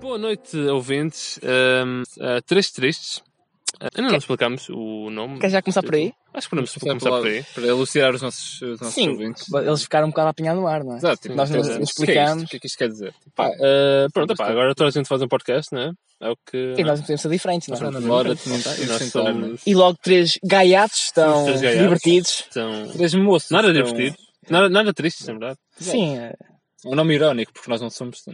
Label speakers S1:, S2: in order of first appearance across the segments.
S1: Boa noite, ouvintes. Ahm, ah, três tristes. Ah, ainda não
S2: Quer-
S1: explicamos o nome.
S2: Quer já começar por aí?
S1: Acho que podemos
S3: Começar
S1: começar
S3: pela-
S1: por aí.
S3: Para elucidar os nossos, os nossos
S2: Sim,
S3: ouvintes.
S2: eles ficaram um bocado a apanhar no ar, não é?
S3: Exato, tipo,
S2: Nós não-
S3: o que é
S2: não
S3: isto?
S2: explicamos.
S3: O que é que isto quer dizer? Tipo,
S1: Pá,
S3: pá,
S1: ah, pronto,
S3: Sim,
S1: pá,
S3: mas-
S1: agora toda a gente faz um podcast, não é? É o que.
S2: E nós não podemos ser diferentes, não é?
S3: estamos fora, tínhamos
S1: Tá, e
S3: sido
S1: nós
S3: sentados.
S1: somos-
S2: E logo três gaiatos estão
S1: Três gaiatos.
S2: divertidos.
S1: Então,
S3: Três moços.
S1: nada
S3: então,
S1: divertido. Nada, nada triste, na verdade.
S2: Sim, é
S3: É um nome irónico, porque nós não somos.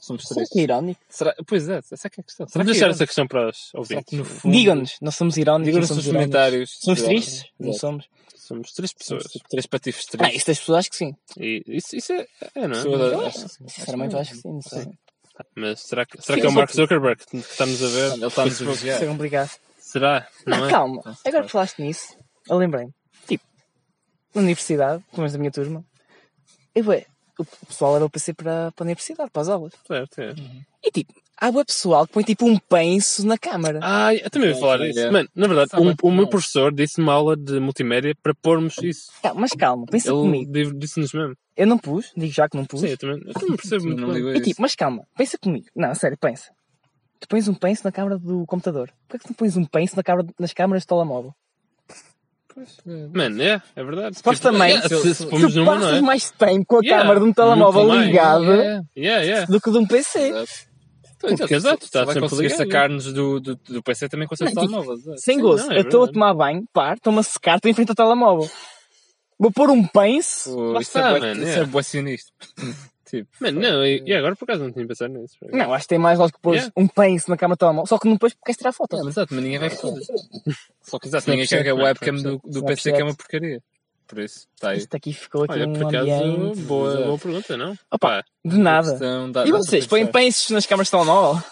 S3: Somos
S2: será
S3: três.
S2: que é irónico.
S3: Será- Pois é, essa é que é a questão. Será
S1: Vamos
S3: que
S1: deixar
S3: é
S1: essa questão para os
S3: Será
S1: ouvintes.
S3: que no fundo.
S2: Digam-nos, não somos irónicos, não
S3: Digam-nos nos
S2: somos irónicos.
S3: comentários.
S2: Somos
S3: Exato.
S2: tristes? Não
S3: Exato.
S2: somos?
S1: Somos três
S3: Somos
S1: pessoas.
S3: tipo três patifes
S2: Ah,
S3: tristes.
S2: isso das pessoas acho que sim.
S1: E isso, isso é, é, não é?
S3: Pessoas- acho que sim.
S2: Sinceramente eu acho que sim, não sei.
S1: Mas será que, será que é o Mark Zuckerberg que estamos a ver?
S3: Ele está-nos a
S2: Isso é
S3: vigiar.
S2: complicado.
S1: Será? Não
S2: Não,
S1: é?
S2: calma.
S3: Tá,
S2: Agora que falaste nisso, eu lembrei-me. Tipo, na universidade, pelo menos da minha turma, eu, é, o pessoal era o PC para, para a universidade, para as aulas.
S1: Certo, é.
S2: E tipo, há o pessoal que põe tipo um penso na câmara.
S1: Ai, eu também ia falar
S3: Olha.
S1: disso. Mano, na verdade,
S3: Sabe
S1: um-
S3: muito
S1: o meu
S3: mal.
S1: professor disse-me aula de multimédia para pormos isso.
S2: Tá, mas calma, pensa
S1: Ele
S2: comigo.
S1: div- disse-nos mesmo.
S2: Eu não pus, digo já que não pus.
S1: Sim, eu também, eu também percebo
S3: Também
S1: muito
S3: Não
S1: bem.
S3: ligo a
S2: E
S3: isso.
S2: tipo, mas calma, pensa comigo. Não, sério, pensa. Tu pões um penso na câmara do computador. Porquê que tu não pões um penso na câmara, nas câmaras do telemóvel?
S1: Mano, é, é verdade.
S2: Supostamente,
S1: yeah, se, se
S3: tu
S1: pomos
S2: tu
S1: numa,
S2: passas
S1: não é?
S2: mais tempo com a
S1: Yeah,
S2: câmara de um
S1: muito
S2: telemóvel
S1: mais. né?
S2: ligada
S3: É,
S1: Yeah, é yeah.
S2: do que de um PC.
S3: exato.
S1: Porque, exato,
S3: Se
S1: está
S3: vai
S1: sempre
S3: conseguir
S1: ligado.
S3: sacar-nos do, do, do PC também consegues
S2: Não,
S3: estar
S2: tipo,
S3: nova. exato.
S2: Sem
S1: Sim,
S2: gozo.
S1: não, é
S2: eu estou a
S1: verdade.
S2: tomar banho, par, estou-me a secar, estou em frente ao telemóvel. Vou pôr um penso.
S3: Pô,
S1: Lá
S3: Isso
S1: está,
S3: é bué-
S1: mano,
S3: isso
S1: é.
S3: é bué sinistro. Tipo,
S1: Mano, não, e, e agora por acaso não tinha pensado nisso.
S2: Não, é acho que tem mais lógico pôr
S1: Yeah.
S2: um penso na câmara do telemóvel. Só que não depois porque queres tirar foto.
S3: É, mas exato, mas ninguém vai fazer. Só que exato, ninguém
S2: 100%,
S3: carrega a webcam
S1: 100%.
S3: do, do PC que é uma porcaria. Por isso, está aí.
S2: Isto aqui ficou aqui
S1: Olha,
S2: um
S1: por acaso,
S2: ambiente
S1: boa,
S3: Exato.
S1: boa pergunta, não?
S2: Opa.
S1: Opa,
S2: de nada.
S3: Questão, dá-
S2: E
S3: dá
S2: vocês,
S3: para
S2: põem
S3: pensar.
S2: pensos nas câmaras de telemóvel?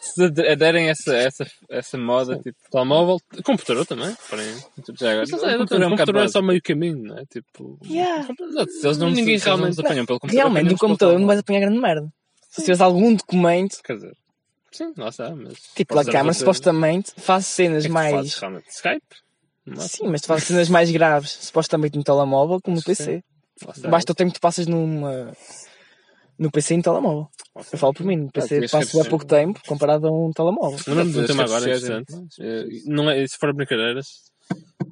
S3: Se ad- aderem essa, essa, essa moda, tipo,
S1: telemóvel, computador também. Porém.
S3: tipo, já agora.
S1: Mas, é,
S3: o
S1: computador,
S3: computador é um bocado
S1: é só
S3: básico.
S1: meio caminho, não é? Tipo.
S2: Yeah.
S3: Exato, se eles não
S1: Ninguém
S3: se eles não
S1: realmente-
S3: nos apanham pelo computador.
S2: Realmente, do
S3: apanham-nos pelo
S2: computador não
S3: telemóvel.
S2: vais apanhar grande merda. Se tiveres
S1: é,
S2: algum documento,
S1: Quer dizer. Sim, lá está, mas.
S2: tipo,
S1: Pode
S2: a
S1: ser
S2: câmara
S1: outra-
S2: supostamente faz
S1: o que
S2: cenas
S1: é que tu fazes,
S2: mais.
S1: realmente? Skype? Não é?
S2: Sim, mas tu fazes cenas mais graves, supostamente no telemóvel como no
S1: Acho que
S2: PC.
S1: Lá está.
S2: Basta o tempo que tu passas numa. No PC e no telemóvel.
S1: Lá está.
S2: Eu falo por mim, no PC
S3: devias
S2: passo há
S3: ser-
S2: pouco tempo comparado a um telemóvel.
S1: Lembrando de um
S3: As
S1: tema agora
S3: redes
S1: interessante.
S3: sociais,
S1: Eh, não é, se for brincadeiras,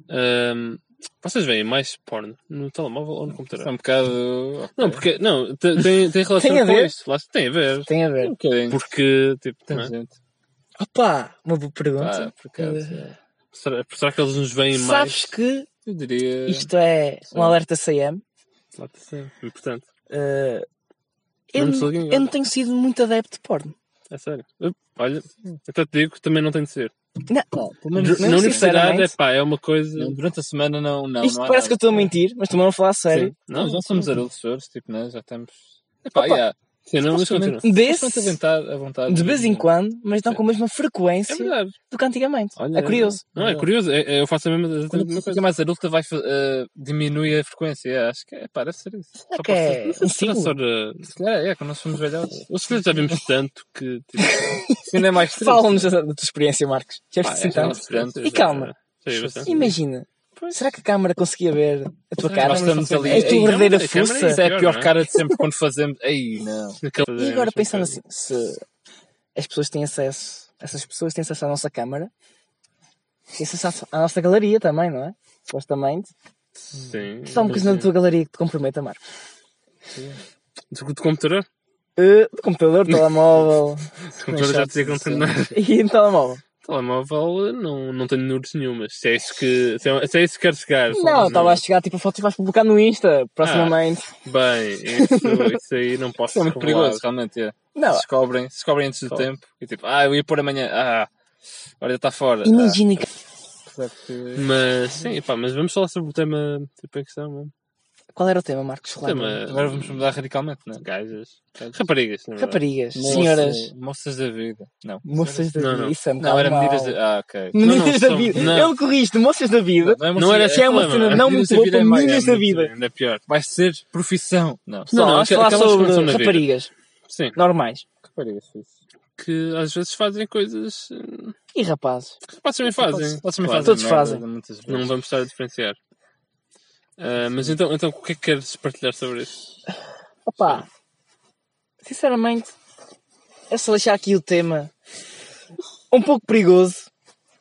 S1: ehm, vocês veem mais porno no telemóvel ou no
S3: É um
S1: computador?
S3: bocado.
S1: Não, porque não, te- tem, tem relação
S2: Tem a
S1: com
S2: ver?
S1: isso. Lá, tem a ver.
S2: Tem a
S3: É um
S2: ver.
S3: bocadinho.
S1: Porque, tipo, não é?
S3: gente.
S2: Opa! Uma boa
S3: Pá,
S2: pergunta.
S3: por acaso, é.
S1: será, será que eles nos veem
S2: Sabes que
S3: Eu diria.
S2: isto é
S3: Sim.
S2: um alerta CM.
S1: mais? Lá está. Importante.
S2: eh,
S1: Não
S2: eu,
S1: me
S2: não,
S1: desliguem
S2: eu
S1: agora.
S2: não tenho sido muito adepto de porno.
S1: É sério. Eu- olha, até te digo que também não tem de ser.
S2: Não,
S3: Não, pelo menos.
S1: Na
S2: não,
S1: universidade, é
S2: sinceramente.
S1: pá, é uma coisa.
S3: Não, durante a semana não. não
S2: isto
S3: não há
S2: parece que eu
S3: nada.
S2: estou a mentir, mas também não a falar a sério.
S3: Sim. Não, já somos adultos, senhores, tipo, nós já estamos. Epá,
S2: Opa,
S3: yeah.
S1: Sim, não, mas continua.
S2: Desse,
S3: Bastante à vontade, à vontade.
S2: de vez em quando, mas não
S3: Sim.
S2: com a mesma
S1: É
S2: frequência
S1: verdade.
S2: do que antigamente.
S3: Olha,
S2: é curioso.
S1: Não, é curioso. é- é- eu faço a mesma, exatamente a
S3: Quando
S1: mesma
S3: fica
S1: coisa.
S3: mais adulta, vai, fa- eh, diminui a frequência. é, acho que é, pá, deve ser isso.
S2: Será
S1: Só
S2: que é
S1: pode ser- será
S2: insígnido?
S1: só de-
S3: Se calhar é, quando nós somos velhotes.
S1: Os filhos já vimos tanto que. Tipo,
S3: Isso ainda é mais triste.
S2: Fala-nos da, da tua experiência, Marcos. Já
S3: Pá,
S2: te
S3: é
S2: sentamos.
S3: bastante,
S2: E calma.
S1: Já, já, bastante.
S2: Imagina, será que a câmara conseguia ver a tua cara?
S3: Nós estamos ali.
S2: A tua
S3: Ei,
S2: verdadeira
S1: não, a câmara
S2: fuça?
S1: é
S3: Isso é a
S1: Pior, não
S3: pior
S1: é?
S3: cara de sempre quando fazemos. Aí, não.
S1: Naquela-
S2: E agora
S3: é
S1: mesma
S2: pensando
S1: coisa.
S2: assim, se as pessoas têm acesso, essas pessoas têm acesso à nossa câmara, têm acesso à à nossa galeria também, não é? Supostamente.
S1: Sim.
S2: Só uma coisa da tua galeria que te comprometa, Marcos.
S1: Do, do computador?
S2: Uh, do computador, telemóvel.
S1: Do computador já dizia que não tem nada.
S2: e no telemóvel.
S1: Telemóvel eh, não, não tenho nudes nenhumas. Se é isso que, se é, se é isso que queres chegar.
S2: Não,
S1: falando-
S2: estava a chegar tipo a foto e vais publicar no Insta, proximamente.
S1: Bem, isso, isso aí não posso
S3: Isso é muito
S1: revelar.
S3: perigoso, realmente. É.
S2: Não,
S3: Se descobrem, se descobrem antes do
S1: Só.
S3: tempo. E tipo, ah, eu ia pôr amanhã. Ah, agora já está fora.
S2: imagina que.
S3: Ah, claro que-
S1: Mas sim, pá, mas vamos falar sobre o tema tipo, em questão mesmo.
S2: Qual era o tema, Marcos?
S1: O
S2: Claro.
S1: tema
S3: Agora vamos mudar radicalmente, não é?
S1: gajas. Raparigas, não é? verdade?
S2: Raparigas,
S3: Moça-
S2: senhoras,
S3: Moças da vida. Não.
S2: moças da
S1: Não,
S2: vida.
S1: não.
S2: Isso é um
S3: Não,
S2: bocado
S3: era
S2: mau.
S3: medidas de. Ah, ok.
S1: Não, não,
S2: Meninas da
S1: são-
S2: vida.
S1: não.
S2: Ele corrigiste, moças da vida.
S3: Não, é
S1: Não era
S3: moças-
S1: essa
S2: Já é uma
S1: problema,
S2: cena
S1: não é?
S2: não muito
S3: Medidas da
S2: boa
S3: vida
S2: para
S3: é mais-
S2: meninas
S3: é
S2: da
S3: muito
S2: vida.
S1: Ainda pior.
S3: Vai ser profissão. Não.
S2: Não,
S1: não,
S2: vamos falar
S1: aquelas que não
S2: sobre
S1: são na vida.
S2: raparigas
S1: Sim.
S2: normais
S3: Raparigas, isso.
S1: Que às vezes fazem coisas. eh,
S2: e rapazes.
S1: Rapazes também fazem. Rapazes também fazem.
S2: Todos
S3: merda
S2: fazem.
S3: de muitas vezes.
S1: Não vamos estar a diferenciar. Ah, mas então, então, o que é que queres partilhar sobre isso?
S2: Opa, sinceramente, É só deixar aqui o tema um pouco perigoso,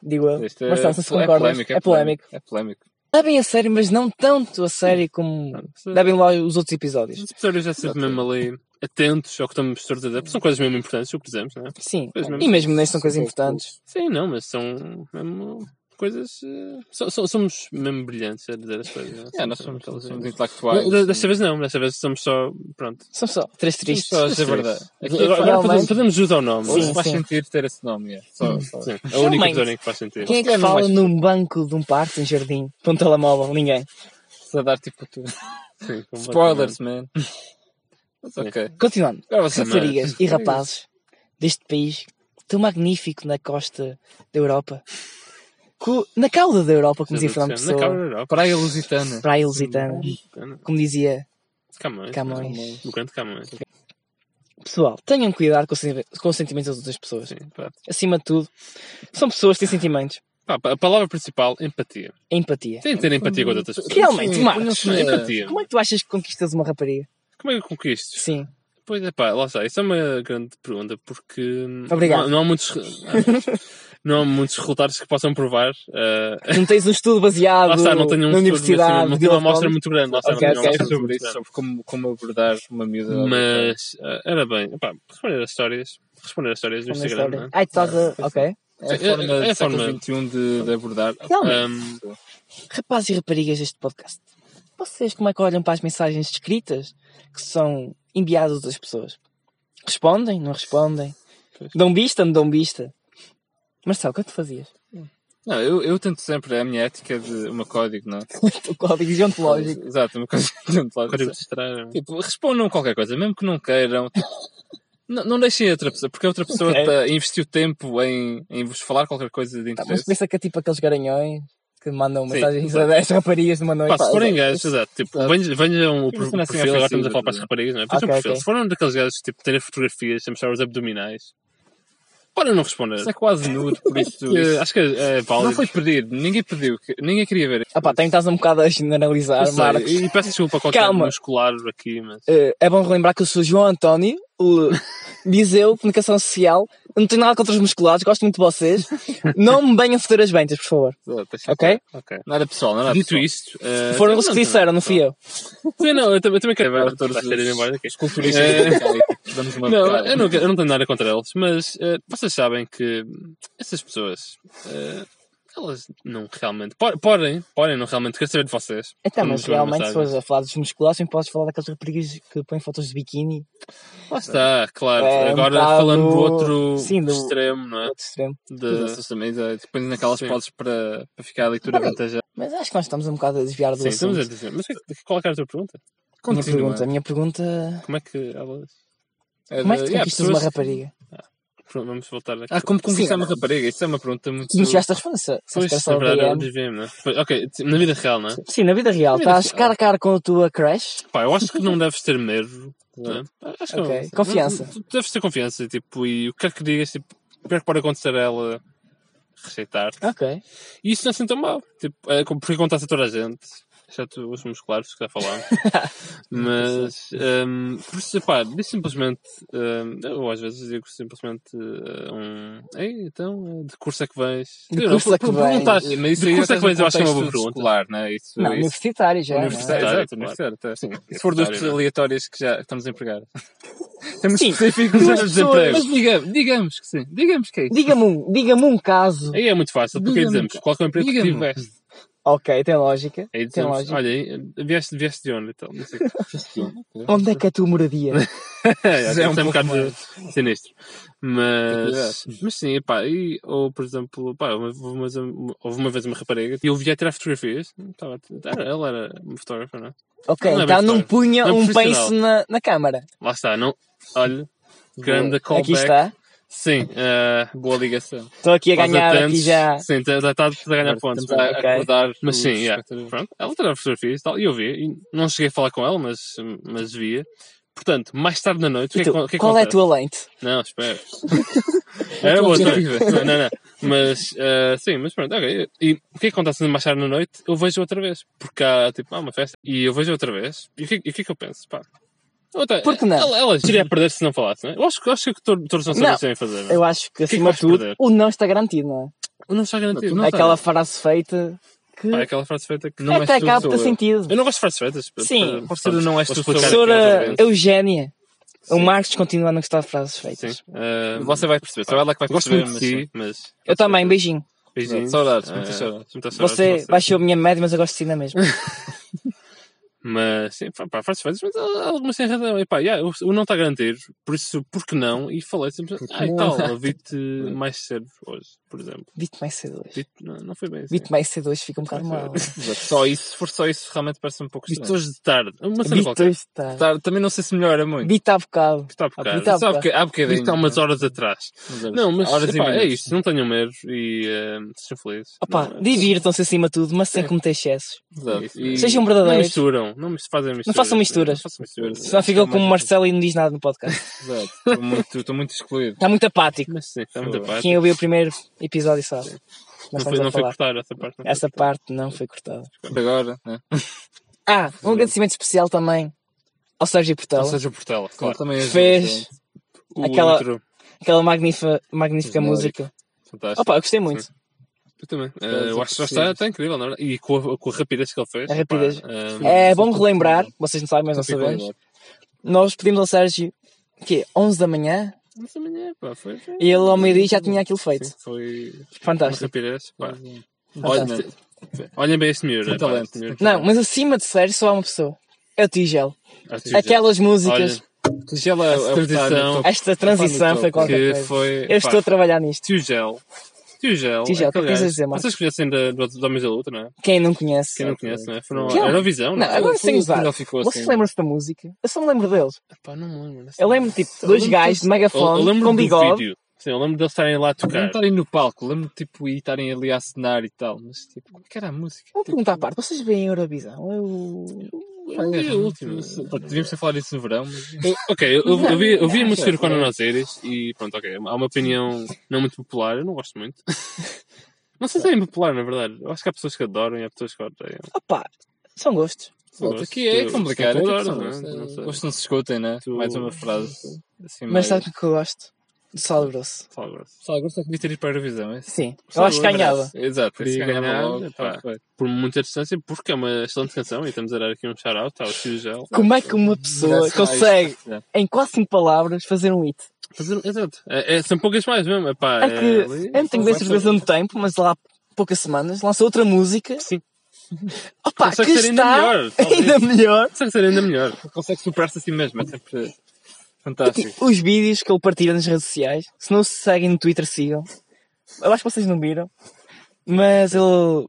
S2: digo eu.
S3: Isto é,
S2: mas tá, não, se
S3: é
S2: concordas,
S3: polémico, é polémico. É polémico.
S2: Levem a sério, mas não tanto a sério como levem lá os outros episódios.
S1: Os episódios já sempre mesmo ali atentos ao que estamos a dizer, porque são coisas mesmo importantes, o que dizemos, não é?
S2: Sim,
S1: Pois mesmo.
S2: e mesmo nem são coisas
S3: São
S2: importantes.
S1: Sim, não, mas são mesmo coisas. eh, so- so- somos mesmo brilhantes a dizer as coisas. não
S3: É, nós somos,
S1: aquelas-
S2: assim,
S3: somos
S1: Não,
S3: intelectuais.
S1: de- Desta vez não, desta vez somos só. Pronto.
S2: São só três tristes.
S3: Só a dizer a
S1: Sim.
S3: verdade. Aqui
S1: Agora, agora
S2: é Realmente-
S1: podemos, podemos usar o nome. é?
S2: Sim,
S3: Hoje faz
S2: sim.
S3: sentido ter esse nome. É. Só, só.
S1: Sim, é a única
S2: Realmente.
S1: episódio em que faz sentido.
S2: Quem é que
S3: Quem
S2: fala
S3: mais-
S2: num banco de um parque, em jardim, com um telemóvel? Ninguém.
S3: Só dar tipo tudo.
S1: Sim, assim, completamente.
S3: Spoilers, man. Mas ok.
S2: Continuando.
S1: é assim,
S3: Agora você
S2: Raparigas e rapazes deste país tão magnífico na costa da Europa, co- na cauda da Europa, como
S1: Já
S2: dizia
S1: estou
S2: Fernando
S1: dizendo, assim. na
S2: Pessoa,
S1: Cabra Europa. um
S3: Praia Lusitana.
S2: Praia Lusitana, como dizia
S1: Camões.
S2: Camões.
S1: Do canto de Camões.
S2: Pessoal, tenham cuidado com os sen- com os sentimentos das outras pessoas.
S1: Sim, pronto.
S2: Acima de tudo, são pessoas que têm sentimentos.
S1: Pá, a palavra principal, empatia.
S2: É empatia.
S1: Tem que ter empatia com as outras pessoas.
S2: Realmente, Marcos,
S3: ponham-se
S1: Não,
S3: na-
S1: empatia.
S2: como é que tu achas que conquistas uma rapariga?
S1: Como é que eu conquisto?
S2: Sim.
S1: Pois é, pá, lá está. Isso é uma grande pergunta, porque hum,
S2: Obrigado.
S1: Não, há- não há muitos, re- Ah, não há muitos resultados que possam provar. eh,
S2: Não tens um estudo baseado
S1: lá está, não tenho um
S2: na
S1: estudo,
S2: universidade.
S1: assim, não
S2: de
S1: tenho uma
S2: Oxford.
S1: amostra muito grande. Lá está,
S2: Ok,
S1: não tenho uma
S2: ok.
S1: amostra muito
S3: sobre isso,
S1: grande.
S3: sobre como, como abordar uma miúda.
S1: Mas eh, era bem, pá, responder as histórias, responder as histórias no
S2: Uma
S1: Instagram, não
S2: história.
S1: é?
S2: Ai, tu estás a... Ok.
S3: É a
S1: É-
S3: forma
S1: é a
S3: do século
S1: forma.
S3: XXI de, de abordar.
S2: Realmente.
S1: Hum,
S2: Rapazes e raparigas deste podcast, vocês como é que olham para as mensagens escritas que são enviadas das pessoas? Respondem? Não respondem?
S1: Pois.
S2: Dão vista? Não dão vista? Marcelo, o que é que tu fazias?
S3: Não, eu, eu tento sempre, é a minha ética de uma código, não é?
S2: o código geontológico.
S3: Exato, uma coisa tento lá
S1: Código de
S3: dizer.
S1: estrada.
S3: Tipo, respondam qualquer coisa, mesmo que não queiram. tipo, não, não deixem a outra pessoa, porque a outra pessoa
S2: Ok.
S3: tá- investiu tempo em, em vos falar qualquer coisa de
S2: Tá, mas
S3: interesse.
S2: pensa que é tipo aqueles garanhões que mandam
S3: Sim.
S2: mensagens a 10 raparigas numa noite.
S1: Pá, se
S2: Pá, é
S1: forem gajos, exato, tipo, venham- venham o
S3: Isso não é
S1: pro-
S3: assim
S1: perfil, agora estamos a
S3: ofensivo,
S1: falar para as
S3: não é?
S1: raparigas, não é? Vejam o
S2: Ok,
S1: perfil.
S2: ok.
S1: Se foram daqueles gajos, tipo, terem fotografias, sem mostrar os abdominais, podem não responder.
S3: Isso é quase nude, por isso.
S1: Eh,
S3: isso-
S1: Acho que é é válido.
S3: não foi pedido, ninguém pediu, que- ninguém queria ver.
S2: Ah pá, tem que estás um bocado a generalizar,
S1: Eu sei,
S2: Marcos.
S1: E peço desculpa a qualquer
S2: Calma.
S1: muscular aqui, mas.
S2: Eh, é bom relembrar que eu sou João António, o Viseu, Comunicação Social. Não tenho nada contra os musculados, gosto muito de vocês. Não me venham foder as ventas, por favor.
S3: Exato, deixa
S2: Ok?
S1: Ok.
S3: Nada pessoal, nada
S1: Dito
S3: pessoal.
S1: isto. eh,
S2: Foram
S1: não,
S2: eles que
S1: não,
S2: disseram, É, não fui eu.
S1: Sim, não, eu também, eu também quero.
S3: Agora
S1: Estás
S3: todos
S1: a
S3: os,
S1: querer ir embora daqui.
S3: os culturistas
S1: Eh,
S3: locais, damos uma
S1: Não,
S3: bocada.
S1: eu não, quero- eu não tenho nada contra eles, mas eh, vocês sabem que hum, essas pessoas. eh, elas não realmente. po- Podem, podem não realmente querer saber de vocês.
S2: Então,
S1: Quando
S2: mas
S1: recebem
S2: realmente, se
S1: mensagens.
S2: fores a falar dos musculados, também podes falar daqueles raparigas que põem fotos de biquíni,
S1: Lá está, claro.
S2: É, um
S1: Agora
S2: bocado-
S1: falando do outro
S2: Sim, do-
S1: extremo, não é?
S2: outro extremo.
S3: Mas
S1: De...
S3: essas também, eh, depois naquelas
S1: Sim.
S3: podes para, para ficar a leitura
S2: Peraí.
S3: vantajada.
S2: Mas acho que nós estamos um bocado a desviar do
S1: Sim, estamos a
S2: assunto.
S1: dizer. Mas qual é que era a tua pergunta?
S2: Minha pergunta, a minha pergunta...
S1: Como é que elas.
S2: Como é que tu
S3: Eh, yeah,
S2: conquistas
S3: pessoas-
S2: uma rapariga?
S1: Pronto, Vamos voltar aqui.
S3: Ah, como conquistar
S2: Sim.
S3: uma rapariga? Isso é uma pergunta muito.
S2: Tu não chegaste a responder, se- se
S1: Pois,
S2: era só
S1: na verdade, eu
S2: DM.
S1: desviei-me, não é? Foi- Ok, t- na vida real, não é?
S2: Sim, na vida real,
S1: Na vida
S2: estás
S1: real.
S2: cara a cara com a tua crush,
S1: Pá, eu acho que não deves ter medo, não é? Acho que não.
S2: Ok, confiança.
S1: Tu- tu Deves ter confiança, tipo, e o que é que digas, tipo, o que é que pode acontecer a ela rejeitar-te?
S2: ok,
S1: E isso não é assim tão mal, tipo, é, como- porque acontece a toda a gente, exceto os musculares, que já falámos. Mas, ehm, por isso, pá, diz simplesmente, ehm, eu às vezes digo simplesmente eh, um, ei, então, eh, de curso é que vais?
S2: De
S1: Eu
S2: curso é que
S1: per-
S2: vais.
S1: perguntaste,
S3: Mas isso
S1: De
S3: aí
S1: curso
S3: já um
S1: é que vens, eu acho que é uma boa
S3: contexto
S1: pergunta.
S3: escolar, não é? Isso,
S2: não,
S3: isso.
S2: universitária já, não é?
S3: Universitário,
S1: Universitário,
S3: exato, universitário. tá.
S1: Sim,
S3: Se for dos
S1: universitário, não é?
S3: aleatórios que já estamos empregados. Temos
S2: Sim.
S3: específicos
S1: Mas
S3: mas
S1: pessoas-
S3: desemprego. Mas digamos, digamos que sim. Digamos que é isso.
S2: Diga-me um, diga-me um caso.
S1: Aí é muito fácil, porque aí
S3: Diga-me,
S1: dizemos qual é o emprego que
S3: diga-me.
S1: tiveste.
S2: Ok, tem lógica.
S1: Aí
S2: tem
S1: dizemos,
S2: lógica.
S1: olha, aí, vieste, vieste de onde e tal. Não sei. o quê.
S2: Onde é que é a tua moradia?
S1: é,
S3: Isso é
S1: é um
S3: um pouco
S1: bocado sinistro. Mas, mas sim, pá, e, ou por exemplo, pá, houve uma, houve uma vez uma rapariga e eu via tirar fotografias. Estava- era- ela era uma fotógrafa, não é?
S2: Ok,
S1: Não é
S2: então
S1: bem
S2: não
S1: claro.
S2: punha
S1: Não é
S2: um
S1: profissional.
S2: peixe na, na câmara.
S1: Lá está, não? Olha, grande
S2: Aqui
S1: callback.
S2: está.
S1: Sim, eh,
S3: Boa ligação.
S2: Estou aqui a
S1: aos
S2: ganhar
S1: atentos.
S2: aqui já.
S1: Sim, está tá, tá a ganhar pontos.
S3: Estamos a
S2: Ok.
S3: acordar.
S1: Mas
S3: os
S1: sim, yeah.
S3: espectadores.
S1: pronto. Ela tirava fotografias e tal, e eu via. E não cheguei a falar com ela, mas, mas via. Portanto, mais tarde na noite, o que
S2: E
S1: é que,
S2: tu,
S1: o que é que
S2: qual é a
S1: acontece?
S2: tua lente?
S1: Não, espera. Era outra. Não, não, não. Mas, eh, sim, mas pronto, ok. E o que é que acontece mais tarde na noite? Eu vejo outra vez. Porque há, tipo, há uma festa e eu vejo outra vez. E o que, e o que é que eu penso? Pá, Outra,
S2: Por que não?
S1: Ela, ela iria a perder se não falasse, não é? Eu acho, que- eu acho que tor- todos não sabem
S2: Não.
S1: o que devem fazer. Não? é?
S2: Eu acho que,
S1: que é que
S2: acima
S1: vais
S2: de tudo,
S1: perder?
S2: o não está garantido, não é?
S1: Eu não está garantido.
S3: Não, tu não-
S2: Aquela frase feita que
S1: Pá, aquela frase feita que
S3: Não
S1: não é.
S3: és
S2: até
S3: tu,
S2: acaba
S3: sou
S2: ter
S3: eu.
S2: sentido.
S1: Eu não gosto de frases feitas. para-
S2: Sim,
S1: para-
S3: pode ser o não és tu,
S1: para
S3: sou
S1: explicar
S3: eu.
S1: aqui aos
S2: Professora
S1: ouvintes.
S2: Eugénia. O
S1: Sim.
S2: Marcos continua a não gostar de frases feitas.
S1: Sim. Ah,
S3: Você vai perceber, só ela que vai
S1: Gosto
S3: perceber.
S1: muito
S3: mas
S1: de
S3: sim.
S1: ti, mas.
S2: Eu também, beijinho.
S1: Beijinhos.
S3: Saudades,
S1: Ah,
S3: muitas saudades.
S1: Muitas saudades. de
S2: Você baixou a minha média, mas eu gosto de si na mesma.
S1: Mas, sim, pá, pá, frases feitas, mas há algumas sem razão. E pá, yeah, o, o não está a garantir, por isso, por que não? E falei simplesmente, ah, e
S3: não?
S1: tal, ouvi-te mais cedo hoje, por exemplo.
S2: Dito mais cedo hoje.
S1: Dito, não, não foi bem assim.
S2: Dito mais cedo hoje fica um bocado mal.
S3: Exato. Só isso, se for só isso, realmente parece um pouco
S1: Dito
S3: estranho.
S1: hoje de tarde. Uma cena
S2: Dito
S1: qualquer.
S2: hoje está.
S3: Tá, Também não sei se melhora muito.
S2: Dito há bocado.
S1: Está a
S2: Ah,
S1: bocado.
S2: dito há
S3: Só há boca- há
S1: Dito
S3: bocadinho.
S1: há umas horas atrás. Não, mas
S3: assim. Horas e
S1: epá, é
S3: minutos.
S1: isso, não tenham medo e eh, sejam felizes.
S2: Opa,
S1: Não, é.
S2: divirtam-se acima de tudo, mas sem cometer excessos.
S3: Exato.
S1: Isso.
S3: E-
S2: Sejam
S1: Não
S2: verdadeiros.
S1: misturam, não mis- fazem misturas.
S2: façam misturas.
S1: Não façam misturas.
S2: Senão
S3: Acho que
S2: ficam
S3: é
S2: como o
S3: mais-
S2: Marcelo e não diz nada no podcast.
S3: Exato. Estou muito, estou muito excluído.
S2: Está muito apático.
S1: Mas sim, está muito a
S3: Quem
S1: parte.
S2: Quem ouviu o primeiro episódio sabe.
S1: Não
S2: Nós
S1: foi,
S2: estamos a
S1: não foi
S2: falar.
S1: cortar essa parte. não foi Então
S2: Essa
S1: cortada.
S2: parte não foi cortada.
S3: Agora, né?
S2: Ah, um agradecimento especial também ao Sérgio
S1: Não
S2: Portela.
S1: seja o Portela,
S3: Claro,
S1: claro.
S3: também é ajuda
S2: Fez
S3: bastante.
S1: O
S2: Aquela-
S1: outro,
S2: aquela magnífica, magnífica
S3: Genérico.
S2: música.
S3: Fantástico.
S2: Opa, eu gostei muito.
S1: eu também. Eh,
S3: Aquelas
S1: eu acho que já
S3: oferecidas.
S1: está, está incrível, não é? E com a, com a rapidez que ele fez.
S2: A rapidez.
S1: pá, eh,
S2: É bom relembrar, vocês não sabem, mas nós sabemos. Nós pedimos ao Sérgio que 11 da manhã
S1: Mas amanhã, pá, foi. foi-
S2: e ele ao meio-dia já tinha aquilo feito.
S1: sim, Foi uma
S2: Fantástico.
S1: rapidez, pá.
S3: Olha,
S1: Olhem bem este miúdo.
S3: Tem
S1: é pá,
S3: talento,
S1: este miúdo.
S2: Não, mas acima de Sérgio só há uma pessoa. É o Tigel.
S1: Ah, tu já-
S2: Aquelas músicas,
S3: Tigela é
S1: Transição.
S3: a transição.
S2: esta transição
S3: Opa,
S2: foi qualquer
S1: que
S2: coisa.
S1: foi.
S2: Eu estou
S1: pá,
S2: a trabalhar nisto.
S1: Tio Gel. Tio Gel.
S2: Tio Gel, o que é que tens a dizer, Marcos?
S1: Vocês conhecem da- do do Homens da Luta, não é?
S2: Quem não conhece.
S1: Quem não conhece, não é? Foram
S2: Que
S1: à
S2: é?
S1: Eurovisão, não
S2: Não,
S1: é?
S2: agora sem usar.
S3: Ele ficou
S2: Vocês
S3: assim.
S2: lembram-se da música? Eu só me lembro deles.
S1: Pá, não me lembro.
S2: Eu lembro tipo dois gajos de megafone
S1: lembro
S2: com
S1: do
S2: bigode.
S1: vídeo. Sim, eu lembro deles estarem lá a
S3: Lembro-me
S1: tocar.
S3: de estarem no palco, lembro-me tipo, e estarem ali a cenar e tal, mas tipo, como é que era a música?
S2: Uma
S3: Tipo,
S2: pergunta à parte, vocês veem a Eurovisão? Eu...
S3: é
S1: Eu vi a última.
S3: pá, Devíamos ter falado isso no verão, mas.
S1: Eu- Ok, eu, eu, eu vi, eu vi a
S2: Não,
S1: música
S2: não,
S1: do Conan
S2: não.
S1: Osiris e pronto, ok. Há uma opinião não muito popular, eu não gosto muito. Não sei se é impopular, na verdade. Eu acho que há pessoas que adoram e há pessoas que odeiam.
S2: Opa, são gostos.
S1: Gosto,
S3: aqui é
S1: tu-
S3: complicado.
S1: tu
S3: é
S1: adoras,
S3: tipo,
S1: não é?
S3: são-
S1: Não sei.
S3: Gostos não se escutem, né?
S1: Tu-
S3: Mais uma frase. Assim,
S2: Mas
S3: mais...
S2: sabe o que eu gosto? Do sal grosso.
S1: Fala agora.
S3: Só agora só devia ter ido para a Eurovisão, é?
S2: Sim. Eu
S1: Sal
S2: acho que
S1: grosso.
S2: ganhava.
S3: Exato,
S1: Queria
S3: se ganhava
S1: ganhar,
S3: logo,
S1: pá.
S3: tá feito.
S1: Por muita distância, porque é uma excelente canção e estamos a dar aqui um shout-out ao Tio Gel.
S2: Como é que uma pessoa
S3: Graças a
S2: consegue,
S3: isto, né?
S2: em quase cinco palavras, fazer um hit?
S1: Fazer, exato. É, é- são poucas mais mesmo. Epá,
S2: É
S1: é ali-
S2: que eu não tenho bem certeza no tempo, mas lá há poucas semanas lançou outra música.
S1: Sim.
S2: Opa, que
S1: Consegue ser ainda
S2: está
S1: melhor, talvez.
S2: ainda melhor.
S1: Consegue ser ainda melhor.
S3: Consegue superar-se a si mesmo, é sempre
S2: Tipo,
S3: fantástico.
S2: os vídeos que ele partilha nas redes sociais, se não se seguem no Twitter, sigam. Eu acho que vocês não viram, mas ele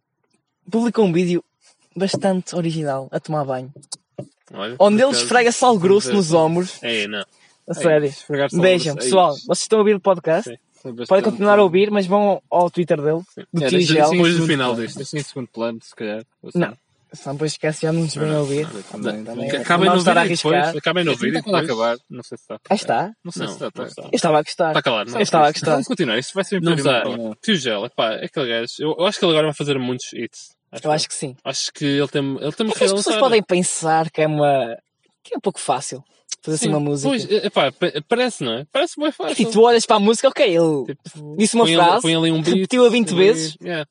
S2: publicou um vídeo bastante original a tomar banho,
S1: Olha,
S2: onde ele
S1: por acaso-
S2: esfrega sal grosso nos ombros.
S1: É, não.
S2: A sério.
S3: Esfregar-se
S2: Vejam,
S3: ao-
S2: pessoal,
S3: é isso.
S2: vocês estão a ouvir o podcast,
S1: Sim.
S3: Foi
S2: podem
S3: bastante-
S2: continuar a ouvir, mas vão ao Twitter dele, do
S3: É,
S2: Tio
S3: deixa
S2: Gel.
S3: assim em
S1: Depois do
S3: segundo
S1: final
S3: plano.
S1: disto.
S3: Deixa em segundo plano, se calhar. ou assim.
S2: Não, senão depois esquece, já não nos
S1: Ah,
S2: vêm a ouvir.
S3: Também, também.
S2: Também. é.
S1: Acabem
S2: Não
S1: no
S2: estar a
S1: vídeo depois.
S2: arriscar.
S1: Acabem no vídeo
S3: Até quando
S1: depois.
S3: acabar, não tá sei se está.
S2: Aí está,
S3: Não tá, sei
S1: Não,
S3: se está.
S1: não
S3: tá.
S1: está.
S2: eu estava a gostar.
S1: Está calado, não
S2: Eu estava a gostar.
S3: Vamos continuar, isto vai ser um
S1: Não
S3: impossível.
S1: está. Tio Gel, epá, é aquele gajo. Eu, eu acho que ele agora vai fazer muitos hits.
S2: Eu acho que sim.
S1: Acho que ele tem, ele tem
S2: É que as pessoas podem pensar que é uma. que é um pouco fácil fazer assim uma música.
S1: Pois, eh, epá, pa- parece, não é? Parece bem fácil.
S2: É tipo, tu olhas para a música, ok, ele
S1: Tipo,
S2: disse uma
S1: põe ali-
S2: frase,
S1: põe ali um beat,
S2: repetiu-a 20
S1: põe ali-
S2: vezes.
S1: yeah.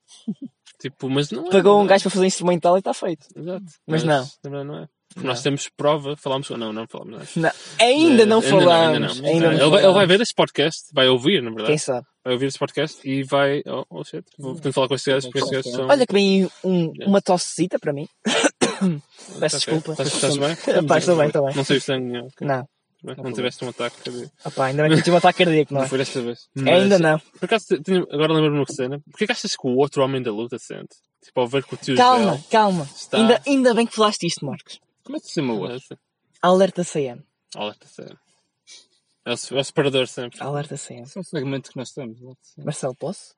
S1: tipo, mas não é,
S2: pagou
S1: não
S2: um
S1: é.
S2: gajo para fazer um instrumental e está feito.
S1: Exato.
S2: Mas não.
S1: na verdade não é. Porque nós temos prova, falámos com. Não, não falámos. Não.
S2: Não, ainda não
S1: Eh,
S2: falamos. Ainda não,
S1: Ele vai- ele, vai ver este podcast, vai ouvir, na verdade.
S2: Quem sabe?
S1: Vai ouvir este podcast e vai. Oh, oh shit, vou tentar falar com estes gajos porque estes gajos são.
S2: Olha que bem um- uma tossecita para mim.
S1: Tá
S2: Peço desculpa.
S1: Estás, estás bem?
S2: Rapaz, estou bem, estou bem.
S1: Não sei é o sangue nenhum.
S2: Não.
S1: Não, tiveste um ataque. quer dizer.
S2: Opá, ainda bem que eu tive um ataque cardíaco, não
S3: Não
S2: é?
S3: foi desta vez.
S2: Ainda não.
S1: Por acaso, tenho- agora lembro-me uma cena. Porquê que achas que o outro homem da luta sente? Tipo, ao ver que o tio
S2: Calma,
S1: Joel-
S2: calma.
S1: Está-
S2: Ainda, ainda bem que falaste isto, Marcos.
S3: Como é que se chama o outro?
S2: Alerta CM.
S1: Alerta sempre. É o, se- é o separador sempre.
S2: Alerta CM.
S3: Esse é o segmento que nós temos. não sei.
S2: Marcelo, posso?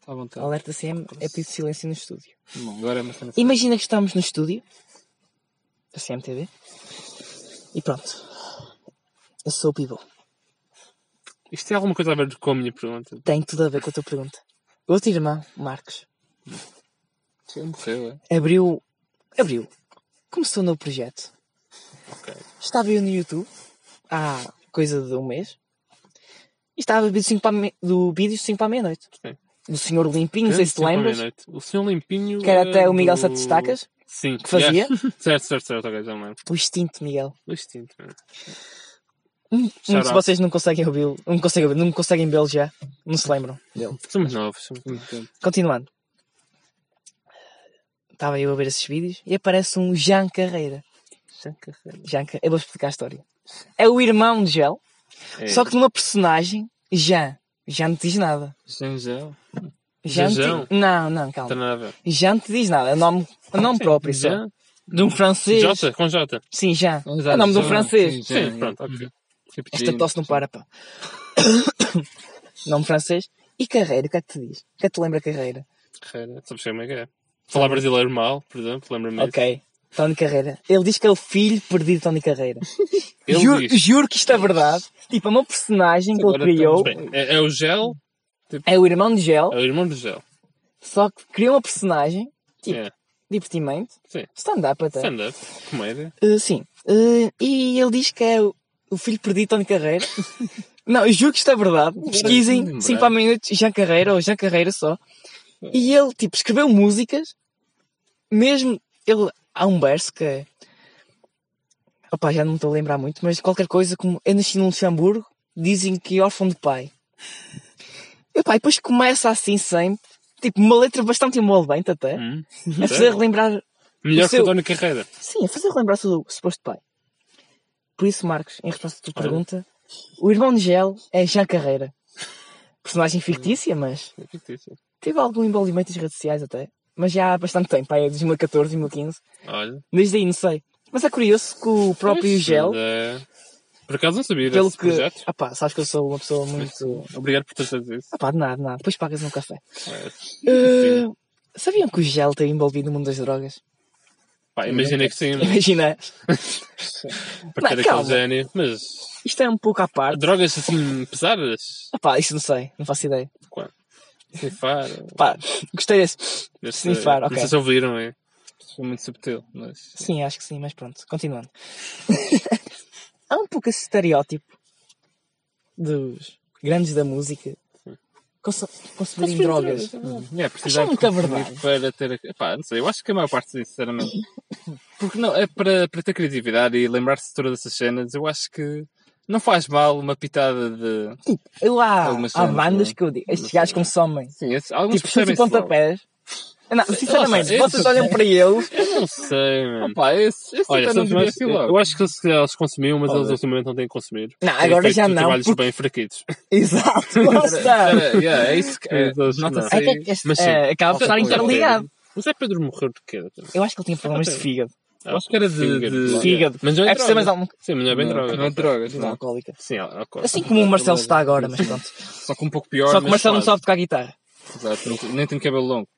S3: Está à
S1: Tá.
S3: vontade.
S2: Alerta CM é pedido de silêncio no estúdio.
S3: Bom, agora é uma cena.
S2: Imagina que estamos no estúdio da CMTV e pronto. Eu sou o Pibol.
S1: Isto tem alguma coisa a ver com a minha pergunta?
S2: Tem tudo a ver com a tua pergunta. O outro irmão, Marcos,
S3: Ele morreu, é?
S2: abriu. abriu. Começou um novo projeto.
S1: Ok.
S2: Estava eu no YouTube há coisa de um mês e estava a ver do cinco para a me- do vídeo 5 para a meia-noite.
S1: Sim.
S2: Do senhor Limpinho, não sei se te
S1: Sempre à
S2: lembras,
S1: meia-noite. O senhor Limpinho.
S2: que era
S1: eh,
S2: até o Miguel
S1: do-
S2: Sete Destacas,
S1: Sim.
S2: que fazia.
S1: Certo, certo, certo, ok, já me lembro.
S2: O extinto Miguel.
S1: O instinto, mano. Shout
S2: Hum, Se
S1: out.
S2: vocês não conseguem ouvi-lo, não conseguem, ouvi-lo, não conseguem vê-lo já, não se lembram.
S1: Somos novos, somos novos.
S2: Continuando. Estava eu a ver esses vídeos e aparece um Jean Carreira. Jean Carreira. Eu vou explicar a história. É o irmão de Gel,
S1: É.
S2: só que numa personagem, Jean. Jean não te diz nada.
S1: Jangel.
S2: Jean te-
S1: Jejão?
S2: Não, não,
S1: Não tem
S2: calma.
S1: nada a ver.
S2: Jean não te diz nada. É o nome, é o nome próprio só.
S1: Jean?
S2: De um francês.
S1: Jota, com Jota.
S2: Sim, Jean. É
S3: Exato,
S2: o nome de um
S3: Jean,
S2: francês.
S3: sim,
S1: Sim,
S3: Jean,
S1: pronto, ok.
S2: Esta tosse não para, pá. nome francês. E Carreira, o que é que te diz? O que é que te lembra Carreira?
S1: Carreira. Sabes como é que é? Falar brasileiro mal, por exemplo, lembra-me disso.
S2: Ok. Tony Carreira. Ele diz que é o filho perdido de Tony Carreira.
S1: Ele
S2: Juro,
S1: diz.
S2: juro que isto é verdade. Tipo, é uma personagem que ele
S1: Agora
S2: criou.
S1: estamos bem. É, é o gel,
S2: É o irmão de Gel,
S1: é o irmão do gel.
S2: só que criou uma personagem, tipo,
S1: Yeah.
S2: divertimento.
S1: É. Sim.
S2: Stand-up até.
S1: Stand-up, comédia.
S2: Uh, sim. Uh, e ele diz que é o, o filho perdido de Tony Carreira. não, eu juro que isto é verdade. Pesquisem
S3: lembrar.
S2: 5 para a meia-noite Jean Carreira ou Jean Carreira só. E ele, tipo, escreveu músicas. Mesmo. Ele, há um verso que é. Opa, já não me estou a lembrar muito, mas qualquer coisa como Eu nasci no Luxemburgo, dizem que é órfão de pai. E pá, e depois começa assim sempre. Tipo, uma letra bastante envolvente até. É
S1: Hum.
S2: A fazer lembrar
S1: Melhor
S2: O
S1: que
S2: seu-
S1: o Tony Carreira.
S2: Sim, a fazer lembrar-se do suposto pai. Por isso, Marcos, em resposta à tua pergunta, o irmão de Gel é Jean Carreira. Personagem fictícia, mas
S1: É fictício.
S2: teve algum envolvimento nas redes sociais até. Mas já há bastante tempo, aí é 2014, 2015.
S1: Olha.
S2: Desde aí, não sei. Mas é curioso que o próprio
S1: Pois, eh,
S2: Gel,
S1: mas é- Por acaso não sabia
S2: pelo
S1: desses
S2: que.
S1: projetos.
S2: Ah pá, sabes que eu sou uma pessoa muito.
S1: Obrigado por teres dito isso.
S2: Ah pá, de nada, de nada. Depois pagas um café.
S1: É.
S2: Ah, sabiam que o Gel esteve envolvido no mundo das drogas?
S1: Pá, imaginei que sim,
S2: Imagina,
S1: para ter
S2: Não,
S1: aquele
S2: calma.
S1: gênio. Mas
S2: isto é um pouco à parte.
S1: drogas assim pesadas.
S2: Ah pá, isso não sei, não faço ideia.
S1: Quando? Snifar.
S2: Pá, gostei desse.
S1: Desse-
S2: snifar, ok.
S1: Não sei se ouviram, é?
S3: Foi muito subtil, mas.
S2: Sim, acho que sim, mas pronto, continuando. Há um pouco esse estereótipo dos grandes da música consu- consumirem drogas.
S3: É,
S2: Acham
S3: precisar
S2: nunca verdade.
S3: para ter. a- Pá, não sei, eu acho que a maior parte disso, sinceramente. Porque não, é para, para ter criatividade e lembrar-se de todas essas cenas, eu acho que não faz mal uma pitada de.
S2: Eu há,
S3: Algumas
S2: há
S3: cenas,
S2: bandas
S3: não é?
S2: que eu digo, estes gajos consomem.
S3: Sim, esses- alguns
S2: Tipo, chutes e
S3: percebem-se logo.
S2: pontapés. Não, sinceramente,
S3: sei,
S2: vocês
S3: isso-
S2: olham para eles,
S1: Eu não sei, mano.
S3: Opa, esse, esse
S1: Olha,
S3: até não
S1: sabes,
S3: diria
S1: mas
S3: aquilo logo.
S1: eu acho que se calhar eles consumiam, mas eles
S3: Olha.
S1: ultimamente não têm consumido.
S2: Não,
S1: Têm
S2: agora
S1: feito
S2: já não,
S1: trabalhos
S2: porque-
S1: bem fraquitos.
S2: exato, lá está.
S3: Era- yeah, é isso que. É,
S1: Eu acho que
S3: nota-se
S1: não.
S2: É
S3: aí-
S2: que é que este-
S1: Mas sim.
S2: é, acaba por estar
S3: Qualquer coisa.
S2: interligado.
S1: Mas é Pedro morreu de quê? doutor?
S2: Eu acho que ele tinha problemas de fígado.
S1: Ah,
S3: acho que era de-
S1: fígado.
S3: de-
S2: Fígado.
S1: Mas não é,
S2: É preciso mais
S1: droga.
S2: alguma
S1: Sim, mas não é bem droga.
S3: Não é drogas,
S2: coisa
S3: não.
S2: alcoólica.
S1: Sim, é alcoólico.
S2: Assim como o Marcelo está agora, mas pronto.
S3: Só que um pouco pior.
S2: Só que o
S3: mas
S2: Marcelo não
S3: quase.
S2: sabe tocar guitarra.
S3: Exato, não tem- nem tem cabelo longo.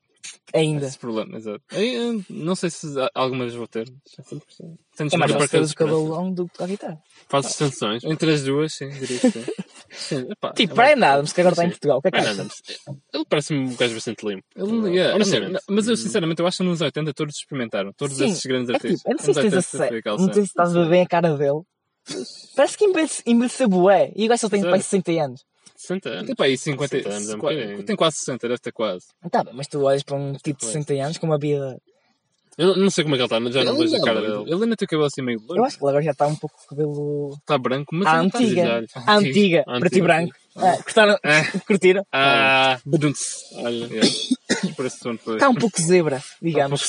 S2: Ainda.
S3: Esse problema, exato. Aí, eh, não sei se há- alguma vez vou ter. Já sei por cento. Tenho
S2: É mais
S3: esperança.
S2: fácil ter o cabelo longo do que é tocar guitarra.
S1: Faz extensões.
S3: Entre as duas, sim, diria que sim. Sim, epá,
S2: Tipo,
S3: é
S2: Brian Adams, que agora está em
S1: Sim.
S2: Portugal. O que é que
S1: Brian
S2: acha?
S1: Adams. Ele parece-me um gajo bastante limpo.
S3: Ele, yeah,
S1: Honestamente.
S3: não, mas eu sinceramente eu acho que nos 80 todos experimentaram, todos
S2: Sim,
S3: esses grandes
S2: É que,
S3: artistas.
S2: tipo, eu não sei se
S3: Nos
S2: tens a
S3: 80 foi
S2: sério.
S3: aquela
S2: Não sei
S3: cena.
S2: se estás a ver bem a cara dele. Parece que envelhece- envelheceu bué. E o gajo só tem
S1: Sério?
S2: pai 60 anos.
S1: 60 anos.
S3: Tem para Tipo, aí 50,
S1: 60 anos, é um bocadinho.
S3: tem quase 60, deve ter quase.
S2: Tá bem, mas tu olhas para um tipo de 60 anos com uma vida...
S1: Eu não- não sei como é que ele está, mas já não
S3: Ele
S1: vejo a
S3: ainda é
S1: cara
S3: loiro.
S1: dele.
S3: Ele ainda tem o cabelo assim meio
S2: Eu
S3: loiro,
S2: acho que ele agora já está um pouco com o cabelo...
S3: está branco, mas
S2: À
S3: ainda está
S2: antiga.
S1: Antiga.
S2: À antiga. Preto e
S1: Antiga.
S2: branco. Ah, Cortaram... Curtiram?
S1: Ah,
S3: Badum-tse.
S1: olha.
S3: Yeah. Parece que foi.
S2: Está um pouco zebra, digamos.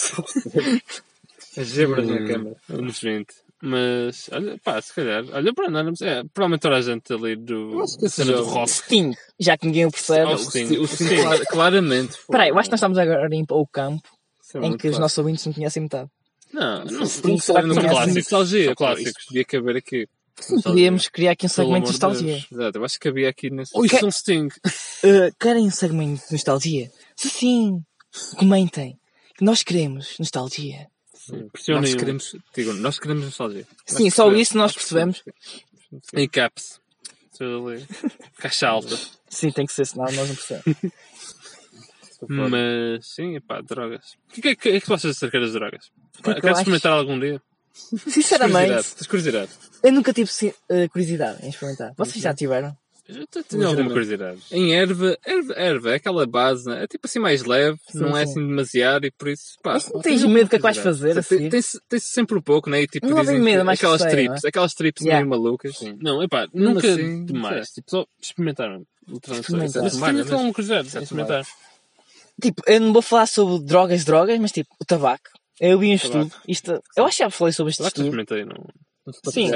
S3: As zebras na
S1: Hum.
S3: câmara.
S1: Anos 20. Mas, olha, pá, se calhar. Olha, Brian Adams, é, provavelmente toda a gente ali do.
S3: Eu acho que
S1: da cena
S3: esse
S1: do
S3: jogo-
S1: rock.
S2: Sting. Já que ninguém o percebe.
S1: Oh, sim.
S3: O sim, clar- claramente. foi.
S2: Espera aí, eu acho que nós estamos agora em o campo
S3: Isso é
S2: em
S3: muito
S2: que os
S3: claro.
S2: nossos ouvintes não conhecem metade.
S1: Não, não sei.
S2: Sting, será que
S1: São
S2: conhecem?
S1: clássicos.
S3: Nostalgia,
S1: São
S3: pá,
S1: clássicos.
S3: isso Podia caber aqui.
S2: Podíamos criar aqui um
S1: Pelo
S2: segmento de
S1: amor de
S2: nostalgia.
S1: Deus.
S3: Exato, eu acho que havia aqui nesse.
S1: Ui,
S2: Que- é-
S1: são Sting.
S2: Uh, querem um segmento de nostalgia? Se sim, comentem. Nós queremos nostalgia.
S1: Impressionem.
S3: um Nós queremos, digo, nós queremos nostalgia.
S2: Sim, só isso nós percebemos.
S1: Em caps. Tudo ali. Caixa alta.
S2: Sim, tem que ser, senão nós não percebemos.
S1: Mas, sim, pá, drogas. O que, é que, é que tu achas acerca das drogas?
S2: que
S1: Pá,
S2: é que eu
S1: Queres
S2: acho?
S1: experimentar algum dia?
S2: Sinceramente,
S1: Curiosidade. Tens curiosidade.
S2: eu nunca tive si- eh, curiosidade em experimentar. Vocês já tiveram?
S1: Eu te- tenho alguma
S3: Geralmente.
S1: curiosidade.
S3: Em erva, erva, erva, é aquela base, né? é tipo assim mais leve,
S2: Sim,
S3: não é
S2: sim.
S3: assim demasiado e por isso, pá.
S2: Mas não
S3: pá,
S2: tens
S3: tenho
S2: medo do que é que vais
S3: curiosidade.
S2: fazer a
S3: Tem-
S2: seguir?
S3: Tem-se tem-se sempre um pouco, né? E tipo,
S2: Não há bem
S3: dizem que-
S2: medo, é mais
S3: aquelas
S2: receio,
S3: trips, aquelas trips
S2: Yeah.
S3: meio malucas. Sim.
S1: Não, epá,
S3: Mesmo
S1: nunca
S3: assim,
S1: demais. Tipo, só experimentaram.
S2: Experimentar.
S1: Mas se tinha alguma curiosidade,
S3: Certo,
S1: experimentar.
S2: Tipo, eu não vou falar sobre drogas, drogas, mas tipo, o tabaco. Eu vi um
S1: Tabaco.
S2: estudo. Isto, eu acho que já falei sobre este
S1: Será que
S2: estudo.
S1: experimentei? Não.
S2: Sim,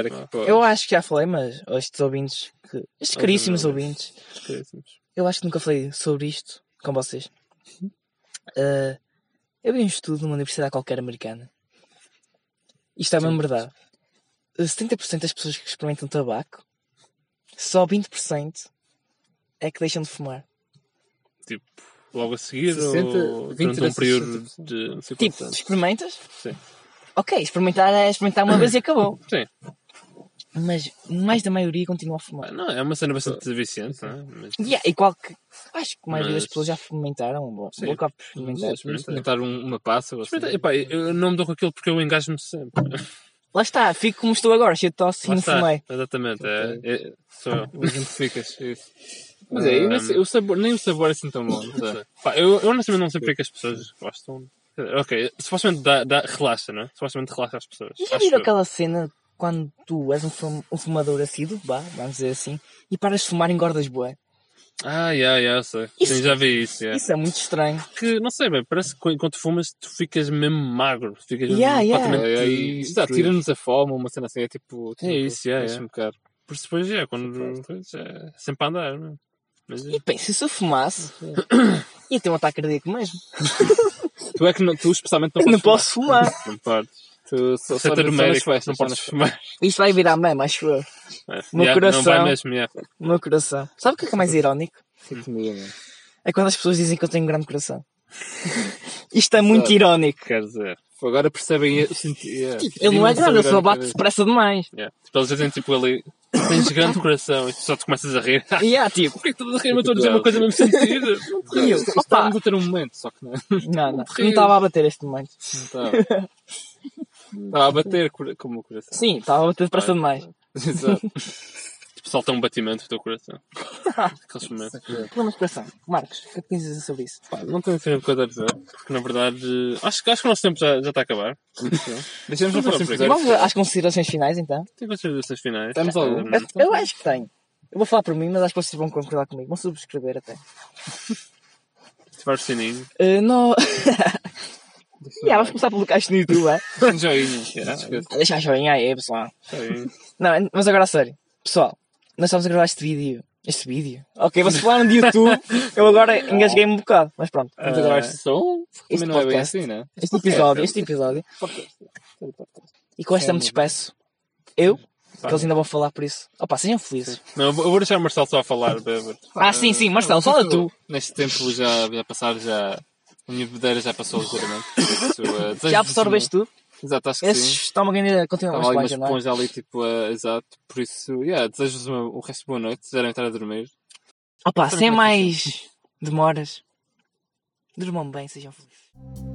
S2: eu acho que já falei, mas ó, estes ouvintes, que, estes
S1: Ouvintes,
S2: caríssimos
S1: ouvintes.
S2: ouvintes,
S1: Esquece-nos.
S2: eu acho que nunca falei sobre isto com vocês. Ah, eu vi um estudo numa universidade qualquer americana. Isto é mesmo verdade. Ah, 70% das pessoas que experimentam tabaco, só 20% é que deixam de fumar.
S1: Tipo, logo a seguir
S3: 60,
S1: ou
S3: 20
S1: durante um
S3: a 60%.
S1: período de não sei
S2: Tipo,
S1: quantos anos.
S2: experimentas?
S1: Sim.
S2: Ok, experimentar é experimentar uma vez e acabou.
S1: Sim.
S2: Mas mais da maioria continua a
S1: Ah,
S2: fumar.
S1: Não, é uma cena bastante viciante, não é? Mas,
S2: Yeah, e qual que. Acho que a maioria
S1: Mas-
S2: das pessoas já um fermentaram. Boa
S1: Sim.
S2: boa de fermentar.
S3: Experimentar um- uma passa ou assim.
S1: Experimenta- epá, eu não me dou com aquilo porque eu engajo-me sempre.
S2: Lá está, fico como estou agora, cheio de tosse e
S1: Lá
S2: não
S1: está,
S2: fumei.
S1: Exatamente. é- é- sou eu.
S3: Mas não ficas, é isso. Mas é, eu nem sei- o sabor, nem o sabor é assim tão bom. não sei.
S1: Pá, eu, eu honestamente não sei porque é que as pessoas gostam. Quer dizer, Ok, supostamente dá, dá- relaxa, não é? Supostamente relaxa as pessoas.
S2: Já
S1: acho
S2: viram
S1: eu.
S2: aquela cena quando tu és um, fum- um fumador assíduo, vá, vamos dizer assim, e paras de fumar e engordas bué?
S1: Ah, yeah, yeah, eu sei.
S2: Isso-
S1: Sim, já vi isso. Yeah.
S2: Isso é muito estranho.
S1: Porque, não sei, bem, parece que enquanto fumas tu ficas mesmo magro. Ficas mesmo
S2: Yeah, yeah.
S1: completamente
S3: É, e já
S1: destruído.
S3: tira-nos a fome, uma cena assim, é tipo.
S1: É isso, é, é.
S3: deixa-me cá.
S1: Por isso depois é, quando pois, é, sempre a andar, não é? Mas é.
S2: E pensa, se eu fumasse, ia ter um ataque cardíaco mesmo.
S3: Tu é que não, tu especialmente não
S2: Eu
S3: podes.
S2: não posso fumar.
S1: não podes.
S3: Tu só, só,
S1: Só ter
S3: só
S1: o
S3: nas
S1: médico,
S3: festas,
S1: não
S3: só
S1: podes
S3: nas-
S1: fumar.
S2: Isto vai virar meme, acho eu.
S1: É.
S2: Meu
S1: Yeah,
S2: coração.
S1: Não vai mesmo, yeah.
S2: O meu coração. Sabe o que é que é mais irónico?
S3: Fica comigo, né?
S2: É quando as pessoas dizem que eu tenho um grande coração. Isto é muito irónico.
S1: quer dizer.
S3: Agora percebem o sentido.
S2: Tipo, ele não é grande, eu só bato depressa demais.
S1: Yeah. Tipo, eles dizem tipo ali, tens grande coração e só te começas a rir.
S2: E há tipo,
S1: Porquê que estás a rir? Mas estou a dizer uma coisa no mesmo sentido.
S2: e eu, opa,
S3: Estamos a ter um momento, só que não
S2: não, não, não estava a bater este momento.
S3: estava. Estava a bater cura- como o coração.
S2: Sim, estava a bater depressa demais.
S3: Exato.
S1: Tipo, salta um batimento do teu coração. Aqueles momentos.
S2: Problemas de coração. Marcos, o que é que tens a dizer sobre isso?
S1: Pá, não tenho assim coisa a dizer, porque na verdade, eh, acho, que- acho que o nosso tempo já, já está a acabar.
S3: Deixamos
S1: Não,
S3: no próximo
S1: porque-
S3: episódio.
S2: Vamos às considerações finais então?
S1: Tem considerações finais.
S3: Temos algum?
S1: Hum,
S2: Eu, eu acho que tenho. Eu vou falar por mim, mas acho que vocês vão concordar comigo. Vão subscrever até.
S1: Ativar o sininho.
S2: Uh, não. yeah, vamos começar a publicar isto no YouTube, é?
S3: Um joinha.
S2: Ah,
S3: Não se esqueça.
S2: Deixa a joinha aí, pessoal.
S1: Está aí.
S2: Não, é, mas agora a sério. Pessoal, nós estamos a gravar este vídeo. Este vídeo? Ok, vocês falaram de YouTube. eu agora engasguei-me um bocado. Mas pronto.
S3: Vamos agora este som.
S2: Este
S3: Também não é bem
S2: podcast.
S3: assim, né?
S2: Este episódio, este episódio. E com esta me despeço. Eu? Que eles ainda vão falar por isso. Opa, sejam felizes.
S1: Não, eu vou eu vou deixar o Marcelo só a falar, bêbado.
S2: Ah, sim, sim. Marcelo, fala tu.
S3: Neste tempo já, já passar, já. A minha bebedeira já passou né? ligeiramente. por isso, eh, desejo-vos
S2: Já absorveste tudo?
S3: um- Exato, acho que
S2: Esse
S3: sim.
S2: estômago ainda continua
S3: Estava ali
S2: uma
S3: uma
S2: esponja, não é?
S3: esponja ali, tipo, eh, exato. Por isso, yeah, desejo-vos uma- o resto de boa noite. Se quiserem estar a dormir.
S2: Opa, sem mais demoras. Durmam bem, sejam felizes.